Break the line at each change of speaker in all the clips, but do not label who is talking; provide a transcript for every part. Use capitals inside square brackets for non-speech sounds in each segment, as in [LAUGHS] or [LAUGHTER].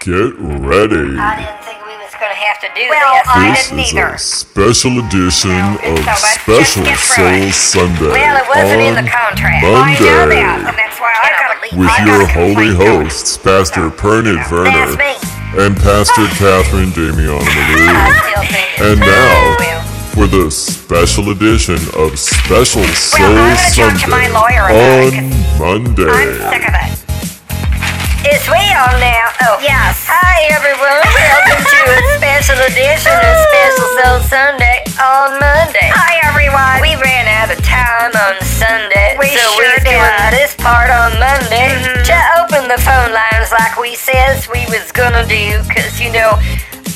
Get ready.
I didn't think we was gonna have to do
Well,
this.
I
This
didn't
is
either.
a special edition of
it's so much.
Special
Just get
Soul
through it.
Sunday
Well, it wasn't in
on
the contract.
I know that, and
Monday
that's why I
Cannot
gotta
believe
with
I
your
gotta
holy
complain to it.
hosts, Pastor Pernod Werner
That's me.
and Pastor Catherine Damiano Malou.
I still think it's-
And now
Well,
for the special edition of Special Soul
Well, I'm gonna
Sunday
talk to my lawyer about
on
it,
Monday.
I'm sick of it.
It's way on now. Oh.
Yes.
Hi, everyone. Welcome to a special edition of Special Soul Sunday on Monday.
Hi, everyone.
We ran out of time on Sunday,
We
so
sure
we're doing
did. Mm-hmm.
this part on Monday to open the phone lines like we says we was gonna do, 'cause you know,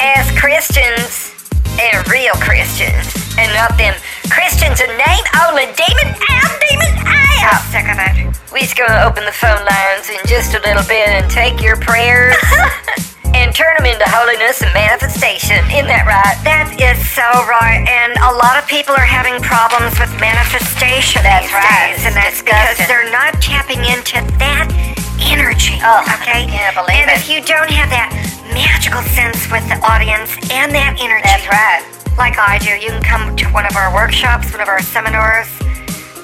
as Christians and real Christians, and not them Christians who name only demon out, demon out.
I'm sick of it.
We's gonna open the phone lines in just a little bit and take your
[LAUGHS]
prayers and turn them into holiness and manifestation. Isn't that right?
That is so right, and a lot of people are having problems with manifestation
That's
these
right.
days, and that's
Disgusting.
because they're not tapping into that energy.
Oh,
okay,
can't believe
and
it.
if you don't have that magical sense with the audience and that energy,
That's right.
like I do, you can come to one of our workshops, one of our seminars,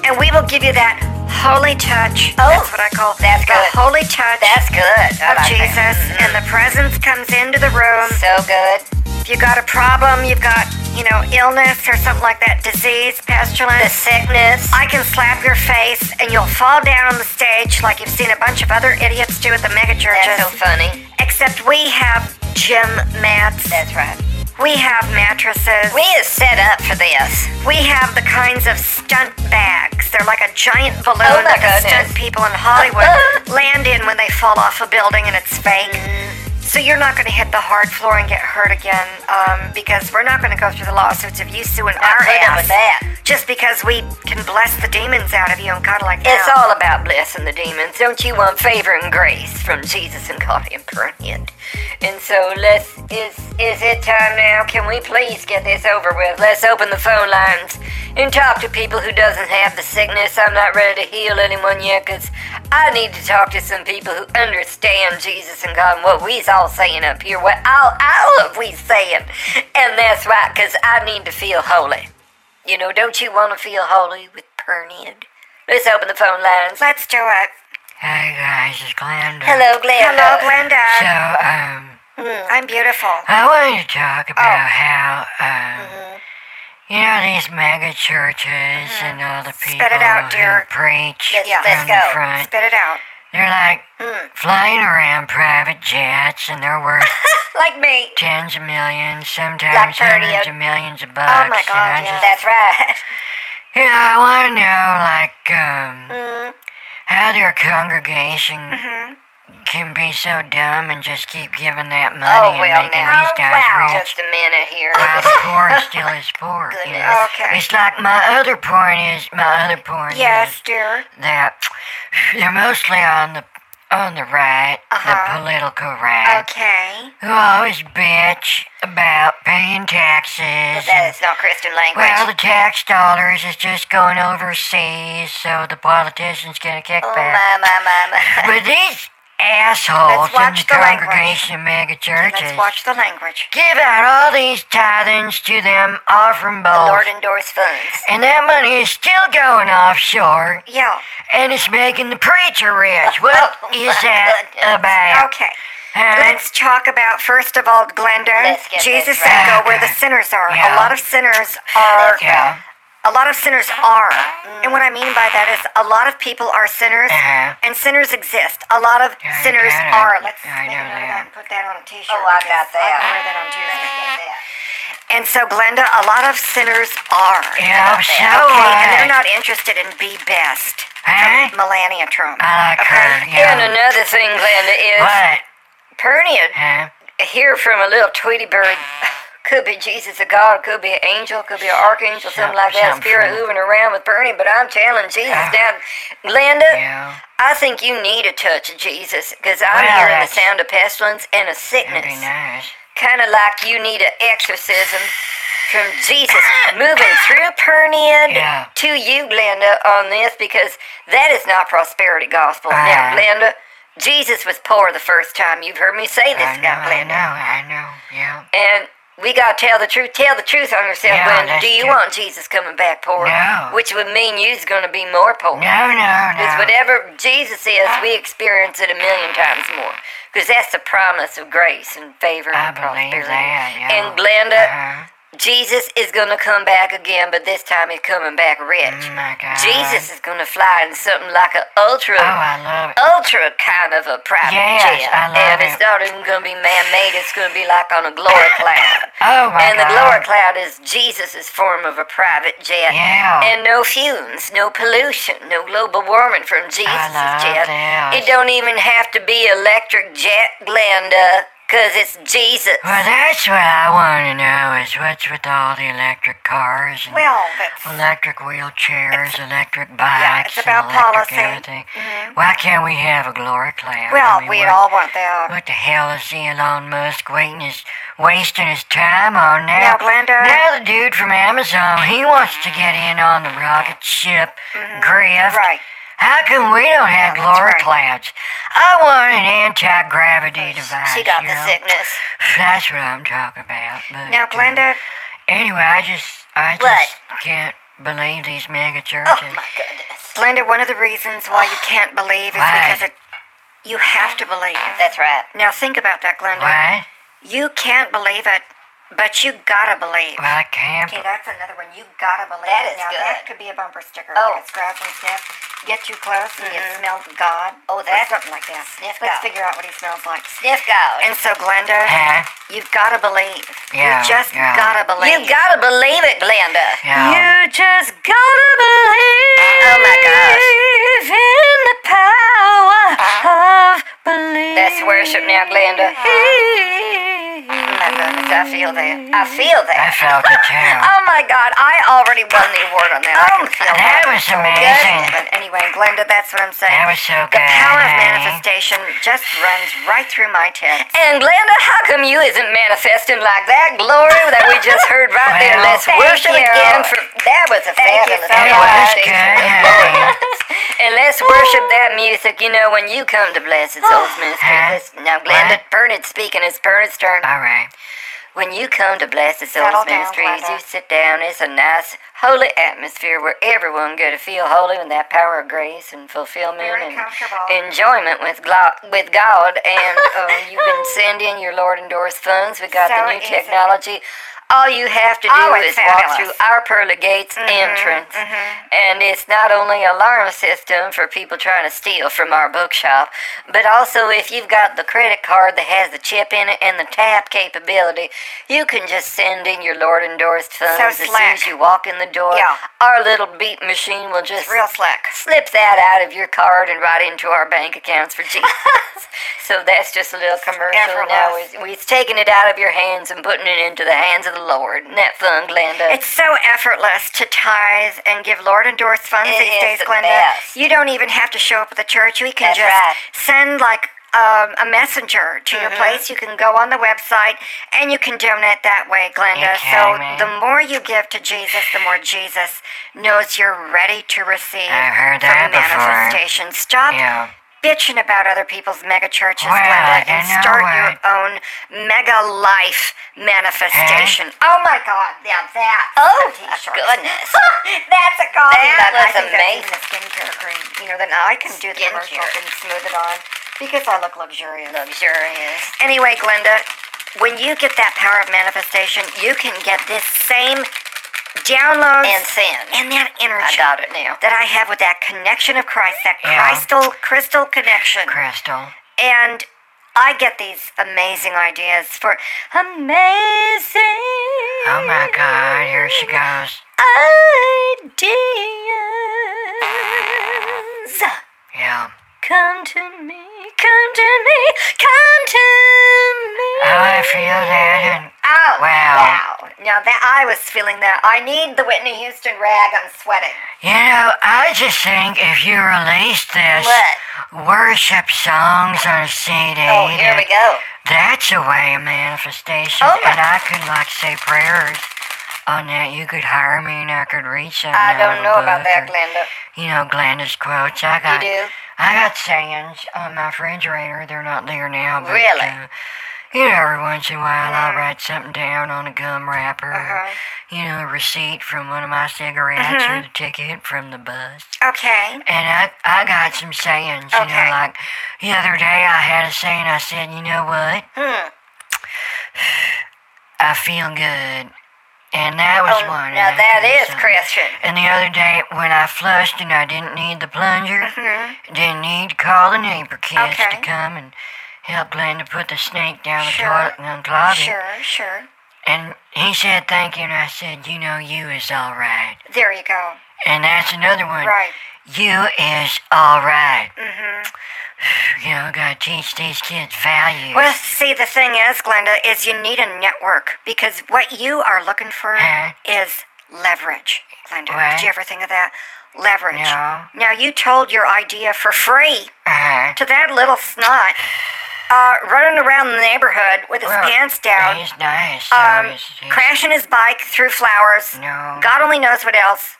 and we will give you that holy touch.
Oh,
that's what I call
that's
the
good.
holy touch
That's good. I
of
like
Jesus,
that.
and the presence comes into the room.
So good.
If you got a problem, you've got, you know, illness or something like that, disease,
The
pestilence,
sickness.
I can slap your face and you'll fall down on the stage like you've seen a bunch of other idiots do at the
That's so
megachurches.
funny.
Except we have gym mats,
That's right.
we have mattresses,
We is set up for this.
we have the kinds of stunt bags. They're like a giant balloon
Oh my
that the
goodness.
stunt people in
[LAUGHS]
Hollywood land in when they fall off a building and it's fake. So you're not going to hit the hard floor and get hurt again um, because we're not going to go through the lawsuits of you suing our
put up
ass
with that.
just because we can bless the demons out of you and kind of like
It's
that.
all about blessing the demons. Don't you want favor and grace from Jesus and God and Pernian? And so let's is is it time now? Can we please get this over with? Let's open the phone lines and talk to people who doesn't have the sickness. I'm not ready to heal anyone yet because I need to talk to some people who understand Jesus and God and what we's all saying up here, what all all of we saying. And that's right, because I need to feel holy. You know, don't you want to feel holy with Pernian? Let's open the phone lines.
Let's do it.
Hey guys, it's Glenda.
Hello, Uh, Glenda.
Hello, Glenda. Mm,
So, um,
I'm beautiful.
I wanted to
Oh.
talk about how, um, you know, these mega churches and all the people
Mm-hmm. Spit it out, dear.
who preach
Let's-
Yeah.
from
let's go.
the front,
Spit Mm. it out.
they're like flying around private jets and they're
[LAUGHS]
worth
Like me.
tens of millions, sometimes
thirty
hundreds
of-
of millions of bucks.
Oh, my
and I
God,
just-
That's right.
You know, I want to know, like, um, how their congregation can be so dumb and just keep giving that money
Oh, well,
and making
now.
these guys rich.
Just a minute here.
While the poor still is poor. you
Goodness.
know?
Okay.
It's like my other point is my other point
Yes,
is
dear.
that they're mostly on the on the right,
Uh-huh.
the political right,
Okay.
who always bitch about paying taxes. and
That is not Christian language.
well, the tax dollars is just going overseas, so the politicians gonna kick
oh,
back.
my, my, my, my.
But these assholes
Let's watch
in the,
the language.
congregation of mega churches
Let's watch the language.
give out all these tithings to them offering
The
bowls,
Lord endorsed funds.
and that money is still going offshore,
Yeah.
and it's making the preacher rich. What
Oh,
is
my
that
goodness.
about?
Okay.
huh?
Let's talk about first of all, Glenda.
Let's get
Jesus
this
said,
right.
"Go where the sinners are." A
Yeah.
lot of sinners are.
yeah.
A lot of sinners are.
Mm.
And what I mean by that is, a lot of people are sinners,
Uh-huh.
and sinners exist. A lot of
Yeah, I
sinners
get it.
are. Let's
Yeah, I
make a
know
note of
that.
that and put that on a T-shirt.
Oh, I got
because I
that.
can wear that on Tuesday. And so, Glenda, a lot of sinners are.
Yeah, so
Okay, and
I,
they're not interested in be best.
Huh?
From Melania Trump.
Uh,
I like her.
And
Yeah.
another thing, Glenda, is
What?
Pernian
Huh?
hear from a little Tweety bird. Could be Jesus, a God, could be an angel, could be an archangel, something like that.
Something.
Spirit moving around with Bernie, but I'm telling Jesus
Yeah.
now. Glenda,
Ah. Yeah.
I think you need a touch of Jesus because I'm
Well,
hearing the
that's-
sound of pestilence and a
That'd be
sickness.
nice.
kind of like you need an exorcism from Jesus moving through Pernian
Yeah.
to you, Glenda, on this because that is not prosperity gospel.
Uh-huh.
Now, Glenda, Jesus was poor the first time. You've heard me say this,
I know,
Scott
I
Landon.
know, I know, yeah.
And we gotta tell the truth. Tell the truth on yourself,
Yeah,
Linda.
that's
Do you
true.
want Jesus coming back poor?
No.
Which would mean you's gonna be more poor.
No, no, no.
Because whatever Jesus is, we experience it a million times more. Because that's the promise of grace and favor
I
and
believe
prosperity.
that, yeah.
And Glenda,
Uh-huh.
Jesus is going to come back again, but this time he's coming back rich.
Oh my God.
Jesus is going to fly in something like an ultra,
Oh, I love it.
ultra kind of a private
Yes,
jet.
I love
and it's
it.
not even going to be man-made. It's going to be like on a glory cloud.
Oh my
and
God.
the
Uh-huh.
glory cloud is Jesus' form of a private jet.
Yeah.
And no fumes, no pollution, no global warming from Jesus'
love
jet.
that.
It don't even have to be electric jet, Glenda, because it's Jesus.
Well, that's what I want to know is what's with all the electric cars and
Well, that's
electric wheelchairs, electric bikes,
it's
and
about
electric
policy.
everything. Why can't we have a glory cloud? I
well,
mean,
we
what-
all want that.
What the hell is Elon Musk waiting his, wasting his time on
Now,
now?
Glenda.
Now the dude from Amazon, he wants to get in on the rocket ship grift.
Right.
How come we don't have
Yeah, that's
glory
right.
clouds? I want an anti-gravity device.
She got
you
the
know?
sickness.
That's what I'm talking about. But,
Now,
uh,
Glenda,
anyway, I just, I just
What?
can't believe these mega
Oh
churches.
my goodness.
Glenda, one of the reasons why you can't believe is
Why?
because it, you have to believe.
That's right.
Now, think about that, Glenda.
Why?
You can't believe it, but you gotta believe.
Well, I can't.
Okay, that's another one. You gotta believe
That is
it. now,
good.
That could be a bumper sticker.
Oh.
Like a scratch and sniff. Get too close and you smell God.
Oh,
or
that's-
something like that.
Sniff God.
Let's figure out what he smells like.
Sniff God.
And so, Glenda,
Huh?
you've gotta believe.
Yeah,
you just
yeah.
gotta believe.
You gotta believe it, Glenda.
Yeah.
You just gotta believe.
Oh my gosh. Uh-huh.
In the power of belief. [LAUGHS]
That's worship now, Glenda. Oh my goodness, I feel that. I feel
I
that.
felt it too.
Oh my God, I already won the award on that. I can feel
Oh, that was amazing.
But anyway, Glenda, that's what I'm saying.
That was so
The
good,
power of
hey?
manifestation just runs right through my tits.
And Glenda, how come you isn't manifesting like that glory that we just heard right there?
Well,
Let's
thank
worship
you.
again for that was a
Thank
fabulous
you so
It
much.
was good.
manifestation.
honey.
And let's worship that music. You know, when you come to Blessed Souls Ministry,
Huh?
this, now Glenda
What? Uh,
Bernard speaking, it's Bernard's turn.
All right.
When you come to Blessed
Settle
Souls
down,
Ministries,
Glenda.
you sit down. It's a nice, holy atmosphere where everyone get to feel holy with that power of grace and fulfillment and
Very comfortable.
enjoyment with, glo- with God. And
[LAUGHS]
uh, you can send in your Lord endorsed funds. We got
So
the new
easy.
technology. All you have to do
Oh,
is
it's
walk
fabulous. Mm-hmm,
through our Pearly Gates entrance. And it's not only alarm system for people trying to steal from our bookshop, but also if you've got the credit card that has the chip in it and the tap capability, you can just send in your Lord endorsed funds as soon as
slick.
you walk in the door.
Yeah.
Our little beep machine will just
Real slick.
slip that out of your card and right into our bank accounts for
[LAUGHS]
Jesus. so that's just a little commercial now.
effortless.
It's, it's taking it out of your hands and putting it into the hands of the Lord. Isn't that fun, Glenda?
It's so effortless to tithe and give Lord endorsed funds
It
these
is
days,
the
Glenda.
best.
You don't even have to show up at the church. We can
That's
just
right.
send like um, a messenger to
Mm-hmm.
your place. You can go on the website and you can donate that way, Glenda.
You
So
kidding me?
the more you give to Jesus, the more Jesus knows you're ready to receive
I've heard
from
that before.
manifestation. Stop
Yeah.
bitching about other people's mega churches,
Well,
Glenda,
you
and
know
start
what?
your own mega life manifestation. Oh my God! Now that
Oh,
a
my
t-shirt.
goodness.
[LAUGHS] that's a coffee
That
mug. I
was
think
amazing.
That's even a skincare cream. You know, then I can do the commercial
Skincare.
and smooth it on because I look luxurious.
Luxurious.
Anyway, Glenda, when you get that power of manifestation, you can get this same downloads
And sin.
and that
I
energy
got it now.
that I have with that connection of Christ, that
Yeah.
crystal crystal connection.
Crystal.
And I get these amazing ideas for amazing.
Oh my God. Here she goes.
Ideas.
Yeah. Oh,
Come to me, come to me, come to me.
Oh, I feel that. And
Oh,
Wow.
wow. Now that I was feeling that. I need the Whitney Houston rag. I'm sweating.
You know, I just think if you release this worship songs on a CD,
Oh, here we
that-
go.
that's a way of manifestation.
Oh, my-
And I could, like, say prayers on that. You could hire me and I could read something.
I
out of
don't
a
know about
book
that,
or-
Glenda.
You know, Glenda's quotes. I
You
got,
do?
I got sands on my refrigerator. They're not there now. But,
Really? Mm-hmm.
uh, you know, every once in a while, I'll write something down on a gum wrapper.
Uh-huh.
or, You know, a receipt from one of my cigarettes
Mm-hmm.
or the ticket from the bus.
Okay.
And I, I got some sayings, you
Okay.
know, like the other day I had a saying, I said, you know what?
Hmm.
I feel good. And that was
Oh,
one.
now
and I
that
feel
is
something.
Christian.
And the other day when I flushed and I didn't need the plunger, didn't need to call the neighbor kids to
Mm-hmm. Okay.
come and help Glenda put the snake down the
Sure.
toilet and unclog it.
Sure, sure.
And he said thank you, and I said, you know, you is all right.
There you go.
And that's another one.
Right.
You is all right. Mm-hmm. [SIGHS] You know, gotta teach these kids values.
Well, see, the thing is, Glenda, is you need a network because what you are looking for
Uh-huh.
is leverage. Glenda,
Right.
did you ever think of that? Leverage.
No.
Now, you told your idea for free
uh,
to that little snot uh, running around the neighborhood with his
Well,
pants down,
he's nice. so
um,
he's- he's-
crashing his bike through flowers.
No.
God only knows what else.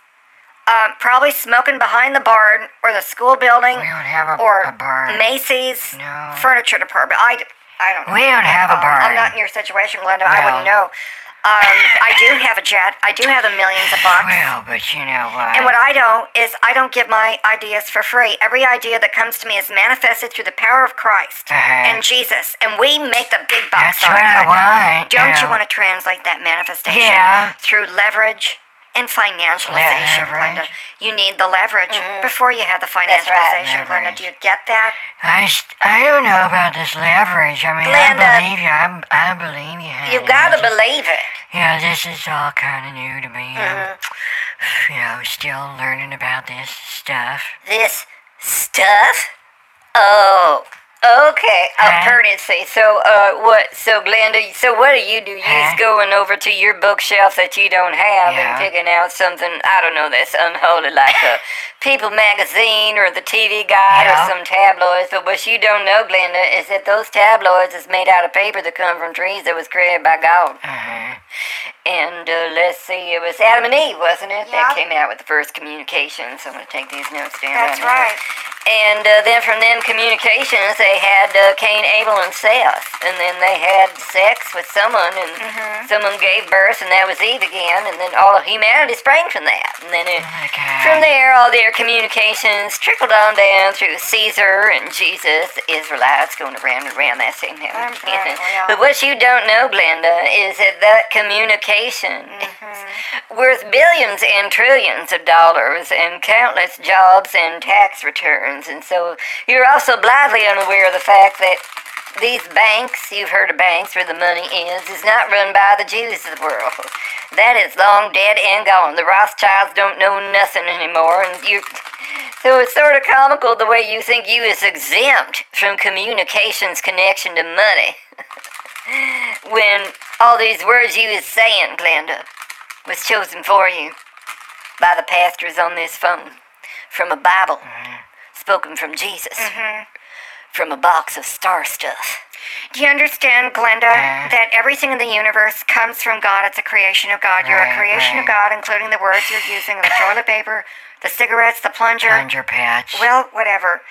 Uh, probably smoking behind the barn or the school building
We don't have a,
or
a barn.
Macy's
No.
furniture department. I, d- I don't know.
we don't have a
Uh,
barn.
I'm not in your situation, Glenda. I wouldn't
Well.
know. Um, I do have a jet. I do have the millions of bucks.
well, but you know what?
And what I don't is I don't give my ideas for free. Every idea that comes to me is manifested through the power of Christ
Uh-huh.
and Jesus, and we make the big bucks.
That's
on
what
it,
I
Glenda.
want.
Don't you
know.
want to translate that manifestation
Yeah.
through leverage and financialization, Glenda?
Leverage.
You need the leverage Mm-hmm. before you have the
right.
financialization, Glenda. Do you get that?
I, st- I don't know about this leverage. I mean,
Glenda.
I believe you. I, I believe you. honey.
You gotta believe it.
Yeah, this is all kind of new to me. I'm, [SIGHS] you know, still learning about this stuff.
This stuff? Oh, okay.
Huh?
Oh, currency. So, uh, what? So, Glenda. So, what do you do? You
Huh?
just going over to your bookshelf that you don't have
Yeah.
and picking out something. I don't know. That's unholy, like a
[LAUGHS]
People magazine or the TV Guide
Yeah.
or some tabloids. But what you don't know, Glenda, is that those tabloids is made out of paper that come from trees that was created by God.
Uh-huh.
And uh, let's see, it was Adam and Eve, wasn't it? That came out with the first communications. I'm going to take these notes down.
That's
now.
right.
And uh, then from them communications, they had uh, Cain, Abel, and Seth. And then they had sex with someone, and
Mm-hmm.
someone gave birth, and that was Eve again. And then all of humanity sprang from that. And then it,
Okay.
from there, all their communications trickled on down through Caesar and Jesus, Israelites going around and around that same heaven.
Mhm, yeah.
But what you don't know, Glenda, is that that communication is worth billions and trillions of dollars and countless jobs and tax returns. And so you're also blithely unaware of the fact that these banks, you've heard of banks where the money is, is not run by the Jews of the world. That is long dead and gone. The Rothschilds don't know nothing anymore, and you. So it's sort of comical the way you think you is exempt from communications connection to money. [LAUGHS] when all these words you is saying, Glenda, was chosen for you by the pastors on this phone from a Bible spoken from Jesus from a box of star stuff.
Do you understand, Glenda,
Yeah.
Uh.
that everything in the universe comes from God? It's a creation of God. You're a
Right,
creation of God, including the words you're using, the toilet paper, the cigarettes, the plunger,
Plunger patch.
well, whatever.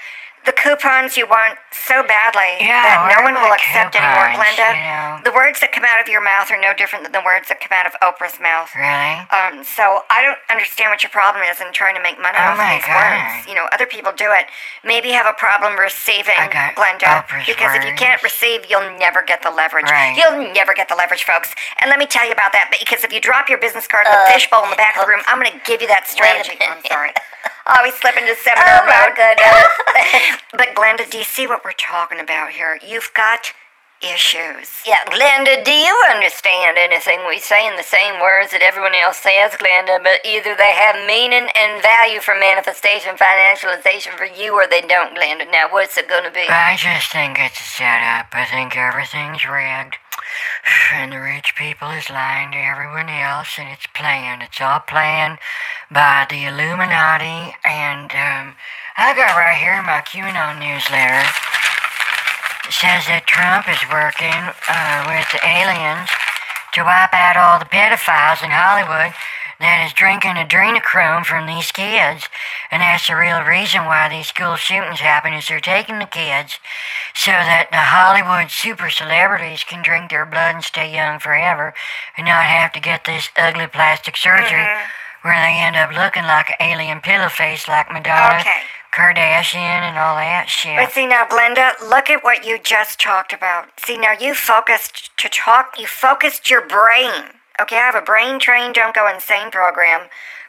The coupons you want so badly
Yeah,
that no
where
one
are
will
my
accept anymore,
coupons,
Glenda.
you know?
The words that come out of your mouth are no different than the words that come out of Oprah's mouth.
really?
Um, so I don't understand what your problem is in trying to make money
Oh
off
my
these
God.
words. You know, other people do it. Maybe you have a problem receiving,
I got
Glenda,
Oprah's
because if you can't
words.
receive, you'll never get the leverage.
Right.
You'll never get the leverage, folks. And let me tell you about that because if you drop your business card in
Uh,
the fishbowl in the back of
oh.
the room, I'm going to give you that strategy. I'm sorry. I always slip into seven
Oh my
road.
goodness. [LAUGHS]
But Glenda, do you see what we're talking about here? You've got issues.
yeah, Glenda, do you understand anything we say in the same words that everyone else says, Glenda? But either they have meaning and value for manifestation, financialization for you, or they don't, Glenda. Now, what's it going to be?
I just think it's a setup. I think everything's rigged. And the rich people is lying to everyone else, and it's planned. It's all planned by the Illuminati. And um, I got right here in my QAnon newsletter. It says that Trump is working uh, with the aliens to wipe out all the pedophiles in Hollywood that is drinking adrenochrome from these kids. And that's the real reason why these school shootings happen is they're taking the kids so that the Hollywood super celebrities can drink their blood and stay young forever and not have to get this ugly plastic surgery where they end up looking like an alien pillow face like Madonna,
Okay.
Kardashian, and all that shit.
But see now, Glenda, look at what you just talked about. See now, you focused to talk. You focused your brain. Okay, I have a brain train, don't go insane program,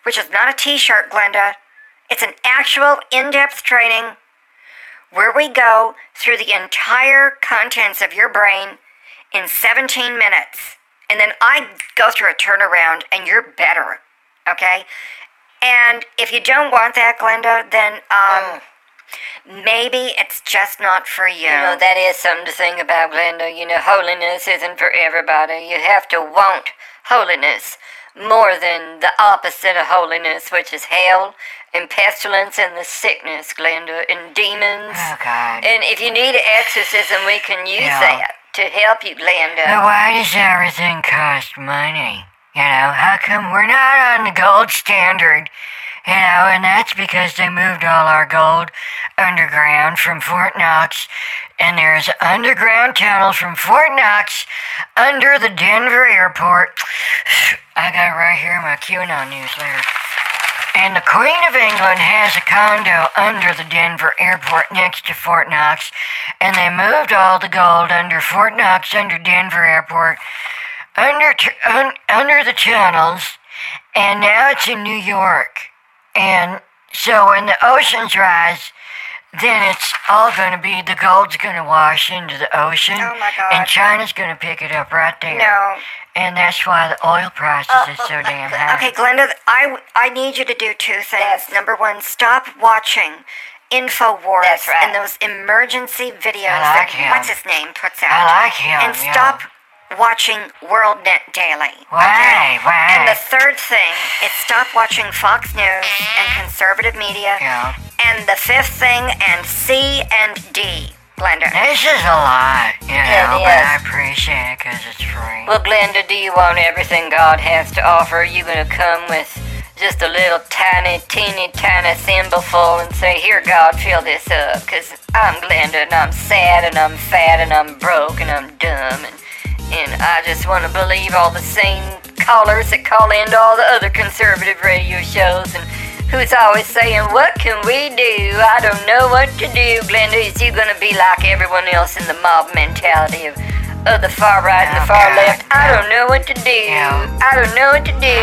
which is not a T-shirt, Glenda. It's an actual in-depth training where we go through the entire contents of your brain in 17 minutes, and then I go through a turnaround, and you're better. Okay. And if you don't want that, Glenda, then um, maybe it's just not for
You
you.
know, that is something to think about, Glenda. You know, holiness isn't for everybody. You have to want holiness more than the opposite of holiness, which is hell and pestilence and the sickness, Glenda, and demons.
oh, God.
And if you need an exorcism, we can use
Yeah.
that to help you, Glenda.
But why does everything cost money? You know, how come we're not on the gold standard? You know, and that's because they moved all our gold underground from Fort Knox, and there's an underground tunnel from Fort Knox under the Denver airport. [SIGHS] I got it right here in my QAnon newsletter. And the Queen of England has a condo under the Denver airport next to Fort Knox. And they moved all the gold under Fort Knox, under Denver airport, under, t- un- under the tunnels. And now it's in New York. And so when the oceans rise, then it's all going to be the gold's going to wash into the ocean.
Oh, my God.
And China's going to pick it up right there.
No. Uh,
And that's why the oil prices is so damn high.
Okay, Glenda, th- I, w- I need you to do two things.
Yes.
Number one, stop watching InfoWars
That's right.
and those emergency videos
I like
that,
him.
what's his name, puts out.
I like him.
And
yeah.
stop watching WorldNet Daily.
Why? Why?
Ah, And the third thing is stop watching Fox News and conservative media.
Yeah.
And the fifth thing, and C and D, Glenda.
This is a lot, you know,
it
but
is.
I appreciate it because it's free.
Well, Glenda, do you want everything God has to offer? Are you going to come with just a little tiny, teeny, tiny thimbleful and say, Here, God, fill this up? Because I'm Glenda and I'm sad and I'm fat and I'm broke and I'm dumb and, and I just want to believe all the same callers that call into all the other conservative radio shows and who's always saying, What can we do? I don't know what to do, Glenda. Is you going to be like everyone else in the mob mentality of, of the far right and the far
Okay.
left? I don't know what to do.
Yeah. Mm.
I don't know what to do.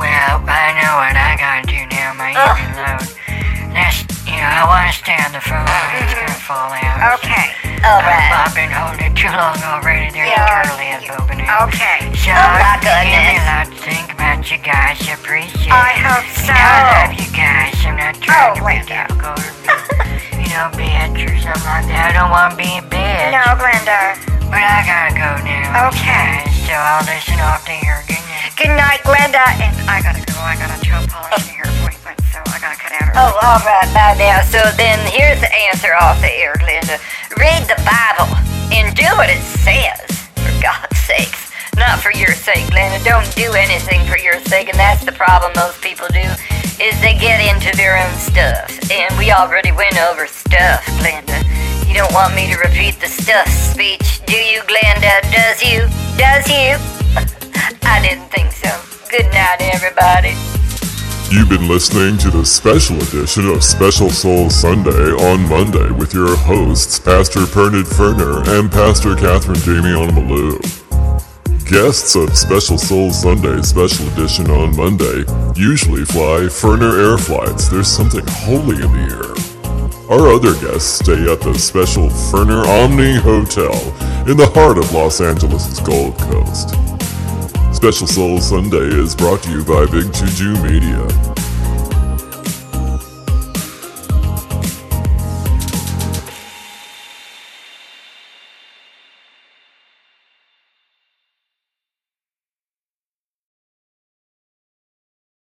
Well, I know what I gotta do now, my
Oh.
evening load. That's, you know, I wanna stay on the phone, but it's gonna fall out.
Okay.
All right.
I've been holding it too long already. There's
Yeah.
turtle heads opening.
Okay. Oh
So,
Oh my
give me
goodness.
a lot to think about you guys. I appreciate
I
it.
hope
You know, I
so. Oh,
love you guys. I'm not trying to be
wait. [LAUGHS]
difficult or, be, you know, bitch or something like that. I don't wanna be a bitch.
No, Glenda.
But I gotta go now.
Okay.
So I'll listen off to your good night.
Good night, Glenda. And I gotta go. I got a toe polish in her appointment, so I gotta cut out her.
Oh, all right, by now. So then here's the answer off the air, Glenda. Read the Bible and do what it says, for God's sakes. Not for your sake, Glenda. Don't do anything for your sake, and that's the problem most people do, is they get into their own stuff. And we already went over stuff, Glenda. You don't want me to repeat the stuff speech, do you, Glenda? Does you? Does you? [LAUGHS] I didn't think so. Good night, everybody.
You've been listening to the special edition of Special Soul Sunday on Monday with your hosts, Pastor Pernod Ferner and Pastor Catherine Damian Malou. Guests of Special Soul Sunday Special Edition on Monday usually fly Ferner air flights. There's something holy in the air. Our other guests stay at the special Ferner Omni Hotel in the heart of Los Angeles' Gold Coast. Special Soul Sunday is brought to you by Big Juju Media.